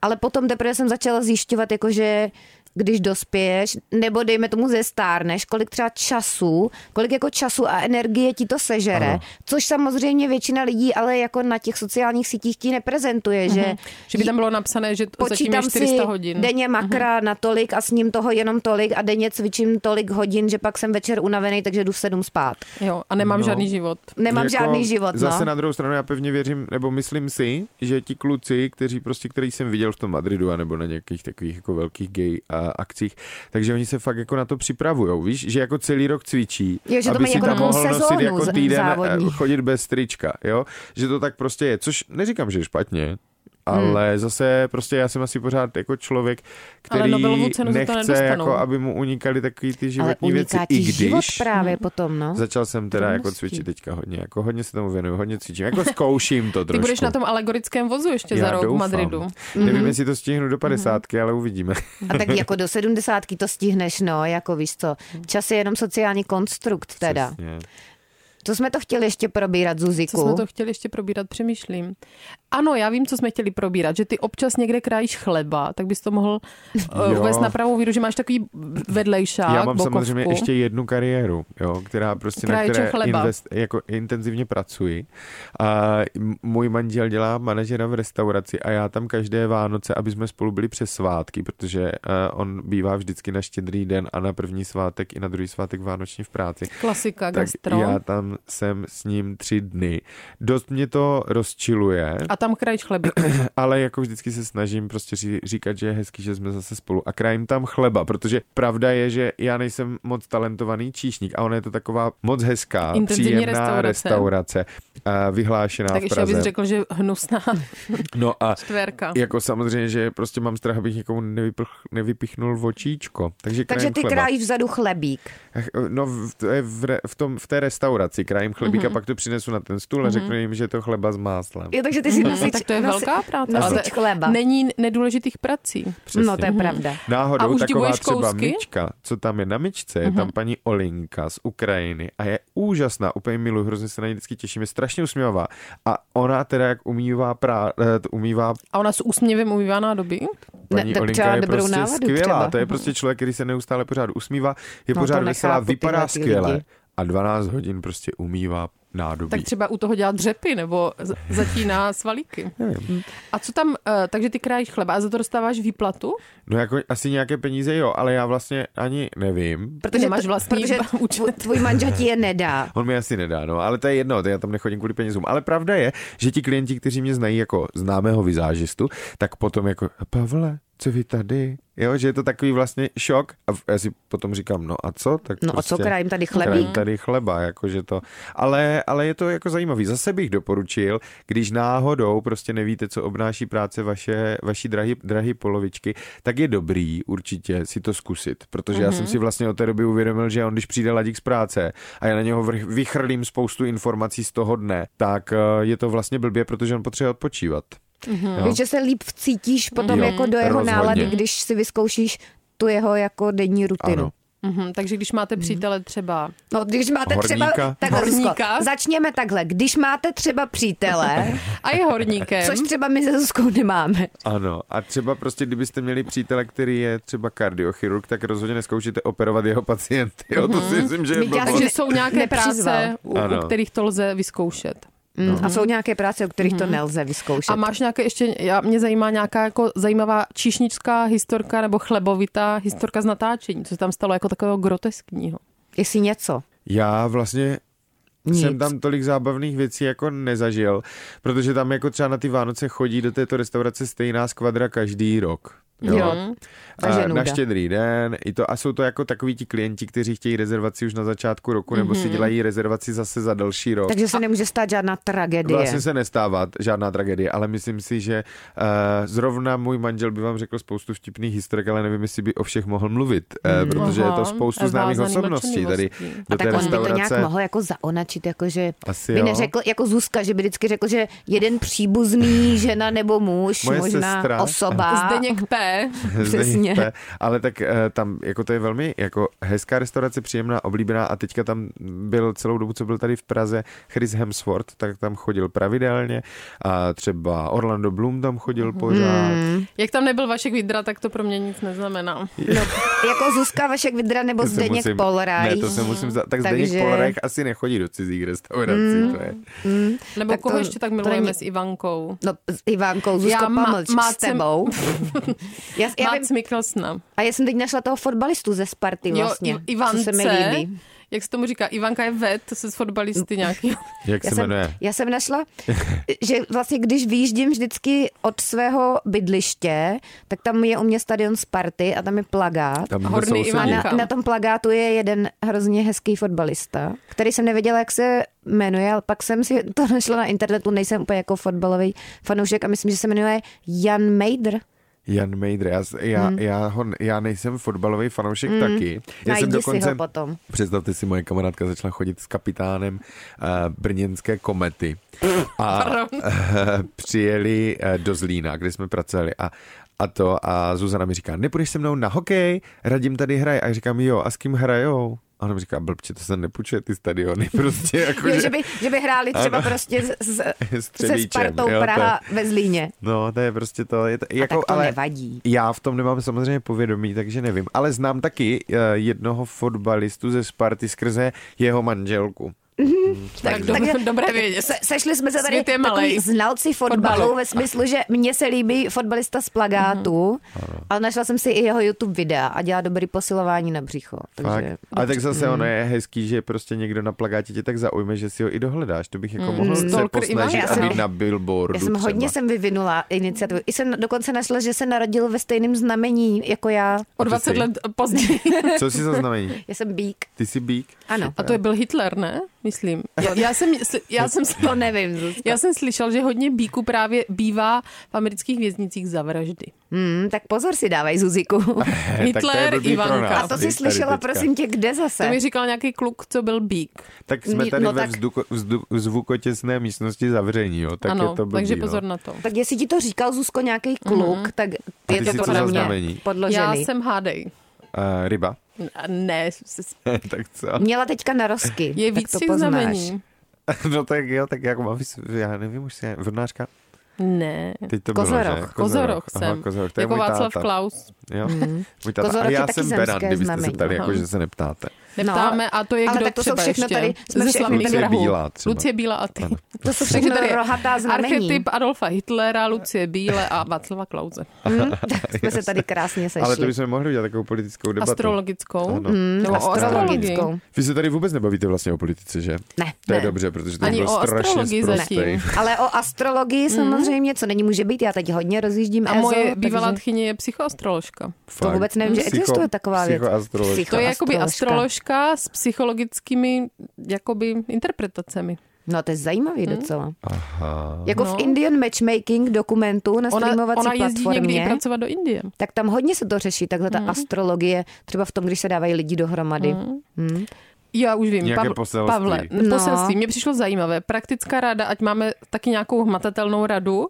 Ale potom teprve jsem začala zjišťovat, jako že když dospěješ, nebo dejme tomu zestárneš, kolik třeba času, kolik jako času a energie ti to sežere, ano. což samozřejmě většina lidí, ale jako na těch sociálních sítích ti neprezentuje, že Mhm. Že by tam bylo napsané, že zatím je počítám 400 si hodin. Mhm. denně makra na tolik a s ním toho jenom tolik a denně cvičím tolik hodin, že pak jsem večer unavený, takže jdu v sedm spát. Jo, a nemám no. žádný život. Nemám jako, žádný život, Zase no. na druhou stranu já pevně věřím, nebo myslím si, že ti kluci, kteří prostě, který jsem viděl v tom Madridu, anebo na nějakých takových jako velkých gay a, akcích, takže oni se fakt jako na to připravujou, víš, že jako celý rok cvičí, Jo, že to aby mají si jako tam takovou mohl nosit sezónu jako z- týden závodní. závodní. chodit bez trička, jo, že to tak prostě je, což neříkám, že je špatně, ale hmm. zase prostě já jsem asi pořád jako člověk, Ale který Nobelovu cenu za to nechce, nedostanou. jako, aby mu unikaly takový ty Ale životní věci, uniká i ti když... život právě potom, no. Začal jsem teda jako Drobnosti. cvičit teďka hodně, jako hodně se tomu věnuju, hodně cvičím, jako zkouším to (laughs) Ty trošku. budeš na tom alegorickém vozu ještě Já za rok doufám. v Madridu. Mhm. Nevím, jestli to stihnu do padesátky, ale uvidíme. (laughs) A tak jako do sedmdesátky to stihneš, no, jako víš co. Hmm. Čas je jenom sociální konstrukt teda. Přesně. Co jsme to chtěli ještě probírat, Zuziku? Co jsme to chtěli ještě probírat, přemýšlím. Ano, já vím, co jsme chtěli probírat, že ty občas někde krájíš chleba, tak bys to (laughs) mohl eh, Jo. uvést na pravou víru, že máš takový vedlejšák, Já mám bokovku. samozřejmě ještě jednu kariéru, jo, která prostě Krajiče na které chleba. jako intenzivně pracuji. A m- můj manžel dělá manažera v restauraci a já tam každé Vánoce, aby jsme spolu byli přes svátky, protože eh, on bývá vždycky na štědrý den a na první svátek i na druhý svátek vánoční v práci. Klasika, tak gastro. já tam jsem s ním tři dny. Dost mě to rozčiluje, A tam krajíš chleba. ale jako vždycky se snažím prostě ří- říkat, že je hezký, že jsme zase spolu a krajím tam chleba, protože pravda je, že já nejsem moc talentovaný číšník a ona je to taková moc hezká, Intenzivní příjemná restaurace. restaurace, eh, vyhlášená tak v ještě Praze. bys řekl, že hnusná (laughs) No a čtverka. jako samozřejmě, že prostě mám strach, abych někomu nevyplch, nevypichnul vočíčko. Takže Takže, krajím ty chleba. krájíš vzadu chlebík. Ach, No, v, to je v, re- v, tom, v té restauraci krajím chlebík Mhm. mm-hmm. a pak to přinesu na ten stůl a řeknu jim, že je to chleba s máslem. Jo, takže ty si nosič, Mhm. No, tak to je nosi- velká práce. Ale Nosič to chleba. není Mhm. nedůležitých prací. Přesně. No, to je pravda. A Náhodou už taková divuješ třeba kousky? myčka, co tam je na myčce, Mhm. je tam paní Olinka z Ukrajiny a je úžasná, úplně miluji, hrozně se na ní vždycky těším, je strašně usměvavá. A ona teda jak umývá, prá, eh, t- umývá A ona s úsměvem umývá nádoby. Ne, paní tak třeba Olinka je dobrou prostě náladu skvělá, třeba. to je prostě člověk, který se neustále pořád usmívá, je No, pořád to veselá, nechápu, vypadá tyhle ty skvěle lidi. a 12 hodin prostě umývá nádobí. Tak třeba u toho dělá dřepy nebo z- zatíná svalíky. A co tam, eh, takže ty krájíš chleba a za to dostáváš výplatu? No jako asi nějaké peníze jo, ale já vlastně ani nevím, Protože Nemáš to- vlastní protože (laughs) účet. tvůj- tvůj manžel ti je nedá. On mi asi nedá, no, ale to je jedno, to já tam nechodím kvůli penězům. Ale pravda je, že ti klienti, kteří mě znají jako známého vizážistu, tak potom jako, Pavle, co vy tady? Jo, že je to takový vlastně šok. A v- já si potom říkám, no a co? Tak No a prostě co krajím tady krajím chlebík? tady chleba, jakože to. Ale, ale je to jako zajímavý. Zase bych doporučil, když náhodou prostě nevíte, co obnáší práce vaše, vaší drahý, drahý polovičky, tak je dobrý určitě si to zkusit. Protože já jsem si vlastně od té doby uvědomil, že on, když přijde ladík z práce a já na něho vrch- vychrlím spoustu informací z toho dne, tak eh, je to vlastně blbě, protože on potřebuje odpočívat. Jo. Mm-hmm. Víš, že se líp vcítíš potom Jo, jako do jeho rozhodně. nálady, když si vyzkoušíš tu jeho jako denní rutinu. Ano. Mhm, takže když máte přítele třeba No, když máte Horníka? třeba... Tak, Horníka? Začněme takhle. Když máte třeba (laughs) přítele, a je horníkem, což třeba my se Zuzkou nemáme, Ano, a třeba prostě, kdybyste měli přítele, který je třeba kardiochirurg, tak rozhodně neskoušíte operovat jeho pacienty. Jo, to Mhm. si myslím, že je Víte, já blbost. jsem takže jsou nějaké nepřizval. práce, u, u Ano. kterých to lze vyzkoušet. Mm, No. A jsou nějaké práce, o kterých to nelze vyzkoušet. Mhm. A máš nějaké ještě, já, mě zajímá nějaká jako zajímavá číšničská historka nebo chlebovitá historka z natáčení, co se tam stalo jako takového groteskního. Jestli něco. Já vlastně Nic. jsem tam tolik zábavných věcí jako nezažil, protože tam jako třeba na ty Vánoce chodí do této restaurace stejná skvadra každý rok. Jo. Takže A nuda. na štědrý den. I to, a jsou to jako takový ti klienti, kteří chtějí rezervaci už na začátku roku, nebo Mhm. si dělají rezervaci zase za další rok. Takže se nemůže stát žádná tragedie. Vlastně se nestává t- žádná tragédie, ale myslím si, že uh, zrovna můj manžel by vám řekl spoustu vtipných historek, ale nevím, jestli by o všech mohl mluvit, uh, protože je Aha. to spoustu A známých vázaný osobností tady mlčenlivostí. do Hmm. A té tak on by to nějak restaurace. (laughs) mohl jako zaonačit, jako že Asi by jo. neřekl, jako Zuzka, že by vždycky řekl, že jeden příbuzný, žena nebo muž, Moje možná sestra. osoba. Zdeněk P. Zdeněk Přesně. P. Ale tak eh, tam, jako to je velmi jako hezká restaurace, příjemná, oblíbená a teďka tam byl celou dobu, co byl tady v Praze Chris Hemsworth, tak tam chodil pravidelně a třeba Orlando Bloom tam chodil pořád. Hmm. Jak tam nebyl Vašek Vidra, tak to pro mě nic neznamená. Jako Zuzka Vašek Vidra nebo To se Zdeněk musím- Polraj. Ne, to se musím... Za... Tak Takže- Hmm. Zdeněk Polrajch asi nechodí do cizích restaurací, to je... Nebo Tak tak to- koho ještě tak to milujeme není- s Ivankou? No, s Ivánkou, Zuzko, Já ma- pamlč s Mácem- (laughs) tebou. já, já Mac vím, Mikkelsna. a já jsem teď našla toho fotbalistu ze Sparty vlastně, jo, co I- Ivance, se mi líbí. Mm. jak se tomu říká, Ivanka je vet, to se z fotbalisty nějaký. Jak Já se jsem, jmenuje? já jsem (laughs) našla, že vlastně když výjíždím vždycky od svého bydliště, tak tam je u mě stadion Sparty a tam je plagát. Tam Horný Horný A na, Ivanka. na tom plagátu je jeden hrozně hezký fotbalista, který jsem nevěděla, jak se jmenuje, ale pak jsem si to (laughs) našla na internetu, nejsem úplně jako fotbalový fanoušek a myslím, že se jmenuje Jan Mejdr. Jan Mejdr, já, s- já, hmm. já, ho, já nejsem fotbalový fanoušek hmm. taky. Já Najdi jsem si ho potom. Představte si, moje kamarádka začala chodit s kapitánem uh, (laughs) brněnské komety. A uh, (laughs) přijeli uh, do Zlína, kde jsme pracovali a a to a Zuzana mi říká, nepůjdeš se mnou na hokej, radím tady hraje. A já říkám, jo, a s kým hrajou? A ona mi říká, blbče, to se nepůjčuje ty stadiony, (laughs) prostě jako, Jo, že- že, by, že by hráli třeba Ano. prostě s, (laughs) s, se Střebíčem, Spartou jo, to je- Praha ve Zlíně. No, to je prostě to. Je to jako, tak to ale nevadí. Já v tom nemám samozřejmě povědomí, takže nevím. Ale znám taky eh, jednoho fotbalistu ze Sparty skrze jeho manželku. tak do, takže- dobré vědět. Se, sešli jsme se tady Svět je takový malej. znalci fotbalu, Fotbalu. ve smyslu, že mně se líbí fotbalista z plagátu, Mhm. ale našla jsem si i jeho YouTube videa a dělá dobrý posilování na břicho. Fakt. Takže A tak zase ono je hezký, že prostě někdo na plagátě tě tak zaujme, že si ho i dohledáš. To bych jako Mm. mohl se Stalker posnažit Ivanka. a Já být jsem- na billboardu já jsem hodně třeba. jsem vyvinula iniciativu. I jsem dokonce našla, že se narodil ve stejném znamení jako já. O 20 ty? let (laughs) později. Co si zaznamení? Já jsem bík. Ty jsi bík? Ano. A to je byl Hitler, ne? Myslím. Já, já jsem, já jsem, To nevím, Zuzko. já jsem slyšel, že hodně bíků právě bývá v amerických věznicích za vraždy. Hmm, tak pozor si dávaj, Zuziku. Eh, tak to (laughs) je Hitler, blbý pro Ivanka. nás, A to víš, jsi tady slyšela, teďka. prosím tě, kde zase? To mi říkal nějaký kluk, co byl bík. Tak jsme Ni- tady no ve tak- vzduko, vzdu, zvukotěsné místnosti zavření, jo? Tak ano, je to blbý, takže no. pozor na to. Tak jestli ti to říkal, Zuzko, nějaký kluk, mm-hmm. tak A je ty to jsi co podle za mě znamení? podložený. Já jsem hádej. Eh, ryba. (laughs) Ne, s- s- tak co? Měla teďka narosky. je tak víc to těch poznáš. znamení. (laughs) No tak jo, tak jako mám, vys- já nevím už si, vrnářka, Ne. teď to Kozoroch. bylo, že? Kozoroch Aha, jako jsem. Kozoroch, to je jako můj Václav táta. Klaus. Jo? Můj táta. Mm. Kozoroch A je já taky jsem zemské Beran, kdybyste se znamení. ptali, Aha. jako že se neptáte. Neptáme a to je ale kdo tak to jsou třeba všechno ještě. tady- jsme Ze všechny slavných tady- vrahů. Lucie Bílá třeba. Lucie Bílá a ty. Ano. To jsou Takže všechno tady je rohatá znamení. Archetyp Adolfa Hitlera, Lucie Bíle a Václava Klauze. Hm? Tak jsme se tady krásně sešli. Ale to bychom mohli udělat takovou politickou debatu. Astrologickou. Ano. Mm, Nebo o astrologii. Astrologickou. Vy se tady vůbec nebavíte vlastně o politice, že? Ne. To je Ne. dobře, protože to Ani bylo o strašně astrologii zprostej. zatím. Ale o astrologii samozřejmě, co není může být, já teď hodně rozjíždím Mhm. A EZO, moje bývalá takže tchyně je psychoastroložka. to vůbec nevím, že Psycho- existuje taková věc. psychoastrolog. Psycho- To je jakoby Astroložka. astroložka s psychologickými jakoby interpretacemi. No to je zajímavý Mhm. docela. Aha. Jako v No. Indian Matchmaking dokumentu na Ona, streamovací ona jezdí někdy i platformě. pracovat Mhm. do Indie. tak tam hodně se to řeší, takhle ta astrologie, třeba v tom, když se dávají lidi dohromady. Mhm. Hmm. Já už vím, Nějaké Pav, poselství. Pavle, No. no. poselství, mně přišlo zajímavé. Praktická rada, ať máme taky nějakou hmatatelnou radu.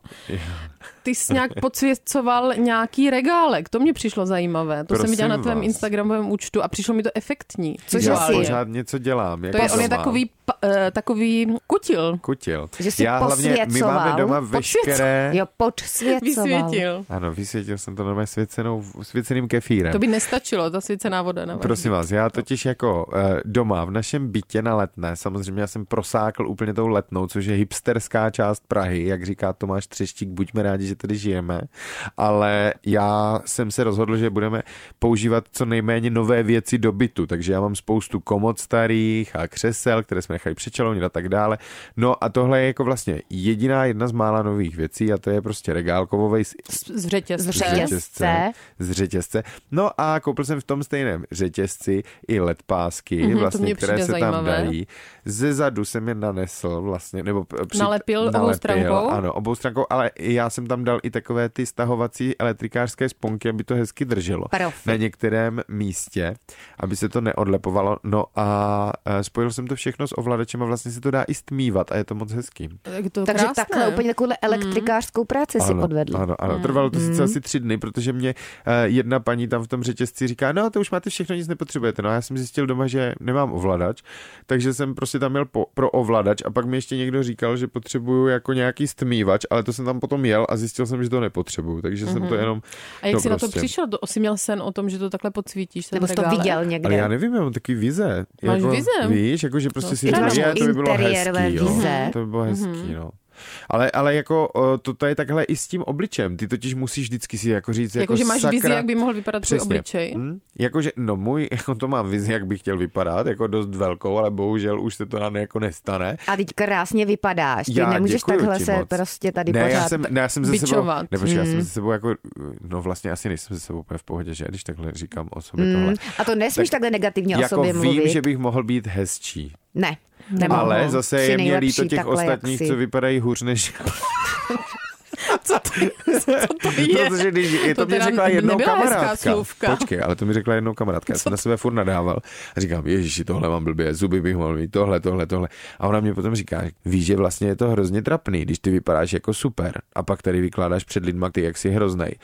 Ty jsi nějak podsvěcoval nějaký regálek, to mě přišlo zajímavé. To jsem Prosím viděla na tvém vás. Instagramovém účtu a přišlo mi to efektní. Což já asi je. pořád něco dělám. To jako je, on je doma. takový, pa- eh, takový kutil. Kutil. Že jsi já hlavně, my máme posvěcoval. doma Posvěcoval. veškeré... Jo, podsvěcoval. Vysvětil. Ano, vysvětil jsem to normálně svěcenou, svěceným kefírem. To by nestačilo, ta svěcená voda. Na Prosím vás, já totiž jako uh, doma v našem bytě na Letné, samozřejmě já jsem prosákl úplně tou Letnou, což je hipsterská část Prahy, jak říká Tomáš Třeštík, buďme rádi, rádi, že tady žijeme, ale já jsem se rozhodl, že budeme používat co nejméně nové věci do bytu, takže já mám spoustu komod starých a křesel, které jsme nechali přečelounit a tak dále. No a tohle je jako vlastně jediná jedna z mála nových věcí a to je prostě regál kovovej s Z, z řetězce. Z řetězce. z řetězce. No a koupil jsem v tom stejném řetězci i ledpásky, Mhm, to mm-hmm, vlastně, mně které se přijde tam zajímavé. dají. Ze zadu jsem je nanesl vlastně, nebo p- při... Nalepil obou strankou? Ano, obou strankou, ale i já jsem tam dal i takové ty stahovací elektrikářské sponky, aby to hezky drželo. Perfekt. Na některém místě, aby se to neodlepovalo. No a eh, spojil jsem to všechno s ovladačem a vlastně se to dá i stmívat a je to moc hezký. Tak to Takže krásné. Mhm. takhle úplně takovouhle elektrikářskou práci si odvedl. Ano, Hmm. ano. Trvalo to sice asi tři dny, protože mě eh, jedna paní tam v tom řetězci říká, no to už máte všechno, nic nepotřebujete. No a já jsem zjistil doma, že nemám ovladač, takže jsem prostě tam jel po, pro ovladač a pak mi ještě někdo říkal, že potřebuju jako nějaký stmívač, ale to jsem tam potom jel a zjistil jsem, že to nepotřebuju, takže jsem to jenom... Mhm. A jak to jsi na to prostě. přišel? Do, jsi měl sen o tom, že to takhle podsvítíš? ten Nebo jsi to regálek? viděl Ale někde. já nevím, já mám takový vize. Máš jako, vize? Víš, jako že prostě No, si říkám, strašnou že to by bylo interiérové hezký, jo. vize. To by Mhm. bylo hezký, no. Ale, ale jako o, to, to je takhle i s tím obličem. Ty totiž musíš vždycky si jako říct, jako, Jako, že máš sakra, vizi, jak by mohl vypadat tvůj obličej. Hm? Jakože, no můj, (laughs) jako to mám vizi, jak bych chtěl vypadat, jako dost velkou, ale bohužel už se to na jako nestane. A teď krásně vypadáš. Ty Já nemůžeš děkuju takhle ti se moc. prostě tady ne, pořád. já jsem, ne, já jsem ze sebou, bičovat. Hmm. nebo já jsem ze sebou jako, no vlastně asi nejsem ze sebou úplně v pohodě, že když takhle říkám o Hmm. sobě tohle. Mm, A to nesmíš takhle negativně o jako sobě vím, mluvit. že bych mohl být hezčí. Ne, nemohu. Ale zase Jsi je mě nejlepší líto těch takhle, jak ostatních, jsi. co vypadají (laughs) hůř než... (laughs) (laughs) Co to, co to je? Protože když je to, To to mě teda řekla jednou nebyla hezká kamarádka. slůvka. Počkej, ale to mi řekla jednou kamarádka. Já jsem na sebe furt nadával. A říkám, ježiši, tohle mám blbě, zuby bych mohl mít, tohle, tohle, tohle. A ona mě potom říká, víš, že vlastně je to hrozně trapný, když ty vypadáš jako super a pak tady vykládáš před lidma ty, jak jsi hroznej.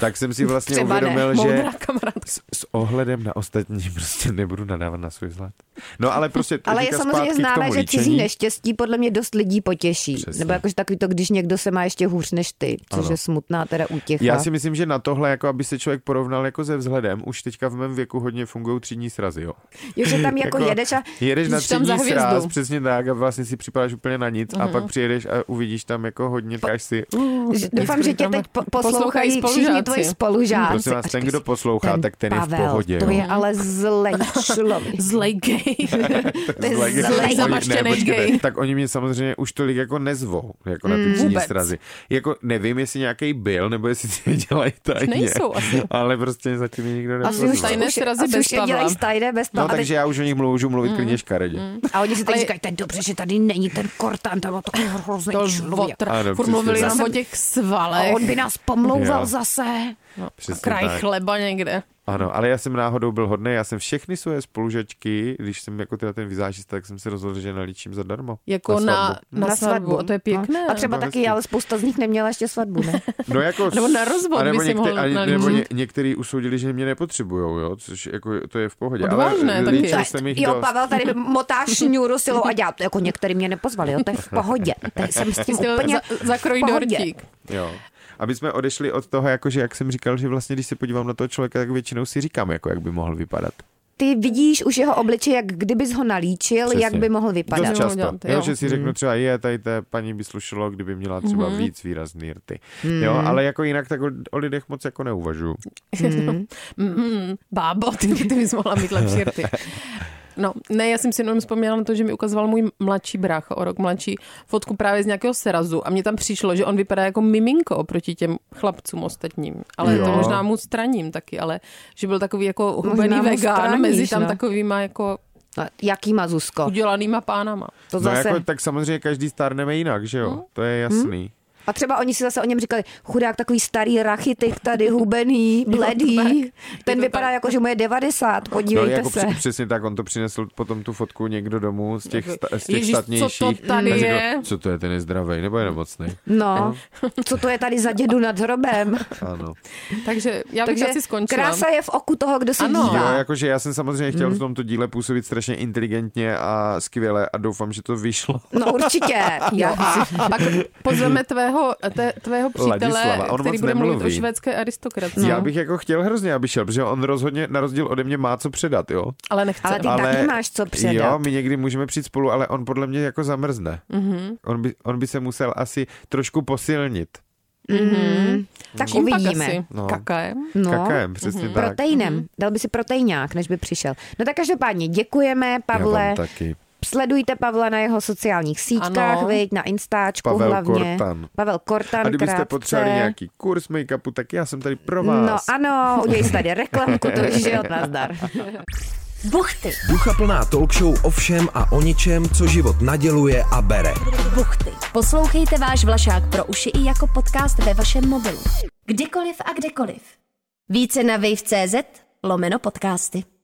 Tak jsem si vlastně Třeba ne. uvědomil, že Moudrá kamarádka. s, s ohledem na ostatní (laughs) prostě nebudu nadávat na svůj vzhled. No ale prostě Ale je teďka samozřejmě zpátky k známé, tomu že cizí líčení. neštěstí podle mě dost lidí potěší. Přesně. Nebo jakože takový to, když někdo se má ještě hůř než ty, což Ano. je smutná teda útěcha. Já si myslím, že na tohle, jako aby se člověk porovnal jako ze vzhledem, už teďka v mém věku hodně fungují třídní srazy, jo. Jo, že tam jako, jedeš a jedeš na jdeš tam za třídní hvězdu. sraz, přesně tak, a vlastně si připadáš úplně na nic, a pak přijedeš a uvidíš tam jako hodně, říkáš si, že- doufám, že tě Říkáme, teď po- poslouchají poslouchají všichni spolužáci. tvoji spolužáci. Prosím vás, A ten, říkáš kdo si, poslouchá, tak ten je v Pavel, pohodě, To no. je ale zlej (laughs) člověk. Zlej (laughs) gay. To je Zlej- zlej. jako, Oni- Zamaštěnej ne, počkejte, gay. Tak oni mě samozřejmě už tolik jako nezvou, jako na ty třídní vůbec. srazy. Jako nevím, jestli nějaký byl, nebo jestli si je dělají tajně. nejsou asi. Ale prostě zatím je nikdo Asi už, nepozval. tajné už, srazy asi bez už je dělají Pavla. stajné bez No, Pavla. A teď- takže já už o nich mluvu, můžu mluvit klidně škaredě. A oni si teď Ale- říkají, to je dobře, že tady není ten Kortán, tam má takový hrozný To člověk. votr. Ano, Furt přesně mluvili tak. jenom o těch A svalech. on by nás pomlouval Jo. zase. No, a Přesně kraj tak. chleba někde. Ano, ale já jsem náhodou byl hodný, já jsem všechny svoje spolužačky, když jsem jako teda ten vizážista, tak jsem se rozhodl, že nalíčím zadarmo. Jako na na, svatbu. na, svatbu. A to je pěkné. No. A třeba To je taky, hezký. ale spousta z nich neměla ještě svatbu, (laughs) ne? No jako... (laughs) Nebo na rozvod a nebo by si mohl a nebo ně, nalíčit. některý usoudili, že mě nepotřebujou, jo, což jako to je v pohodě. Odvážné ale eh, taky. líčil To je- jsem jich jo, dost. Pavel tady motá (laughs) šňůru silou a dělá to, jako některý mě nepozvali, jo, to je v pohodě. To je- jsem s tím Chtěl úplně za- Zakroj v pohodě. dortík. Jo. Aby jsme odešli od toho, jakože jak jsem říkal, že vlastně, když se podívám na toho člověka, tak většinou si říkám, jako jak by mohl vypadat. Ty vidíš už jeho obličej, jak kdybys ho nalíčil, Přesně. jak by mohl Dost vypadat. čas- často. Udělat, jo, jo. Hmm. že si řeknu třeba, je, tady té paní by slušelo, kdyby měla třeba Mhm. víc výrazný rty. Jo, Hmm. ale jako jinak tak o, o lidech moc jako neuvažuju. Hmm. (laughs) Mm, No. bábo, ty, ty bys mohla mít lepší rty. No, ne, já jsem si jenom vzpomněla na to, že mi ukazoval můj mladší brácha, o rok mladší, fotku právě z nějakého serazu a mně tam přišlo, že on vypadá jako miminko oproti těm chlapcům ostatním. Ale Jo. to možná mu straním taky, ale že byl takový jako hubený mu vegan straníš, mezi tam no. takovýma jako No, jaký má Zuzko? udělanýma pánama. To No zase. Hmm. jako, tak samozřejmě každý stárneme jinak, že jo? To je jasný. No, A třeba oni si zase o něm říkali, chudák takový starý rachitik tady, (laughs) hubený, bledý, ten to vypadá tak. jako, že mu je 90, No, podívejte jako se. přes- přesně tak, on to přinesl potom tu fotku někdo domů z těch, sta, z těch Ježíš, co to statnějších. tady a řekl, je? Co to je, ten je zdravý nebo je nemocný? (laughs) No, co to je tady za dědu nad hrobem? Ano. Takže já bych Takže asi skončila. krása je v oku toho, kdo se Ano. dívá. Jo, jakože já jsem samozřejmě chtěl Hmm. v tomto díle působit strašně inteligentně a skvěle a doufám, že to vyšlo. No určitě. (laughs) Jo, Já, No a pak pozveme tvého, te, tvého přítele, Ladislava, on který moc bude mluvit o nemluví. švédské aristokracii. No. No, Já bych jako chtěl hrozně, aby šel, protože on rozhodně, na rozdíl ode mě, má co předat, jo? Ale nechce. Ale ty- taky máš co předat. Jo, my někdy můžeme přijít spolu, ale Mhm. on podle mě jako zamrzne. Mm-hmm. On, by, on by se musel asi trošku posilnit. Mm-hmm. Tak Čím pak uvidíme. Mhm. asi? Mhm. No. Kakaem? No, Kakaem, přesně tak. Proteinem. Dal by si proteinák, než by přišel. No tak každopádně děkujeme, Já Pavle. vám taky. Sledujte Pavla na jeho sociálních síťkách, Ano. viď, na Instačku Pavel hlavně. Kortan. Pavel Kortan. A kdybyste krátce. potřebovali nějaký kurz make-upu, tak já jsem tady pro vás. No ano, udělej si tady reklamku, to už je od nás dar. Buchty, Ducha plná talk show o všem a o ničem, co život naděluje a bere. buchty. Poslouchejte váš Vlašák pro uši i jako podcast ve vašem mobilu. Kdykoliv a kdekoliv. Více na wave.cz lomeno podcasty.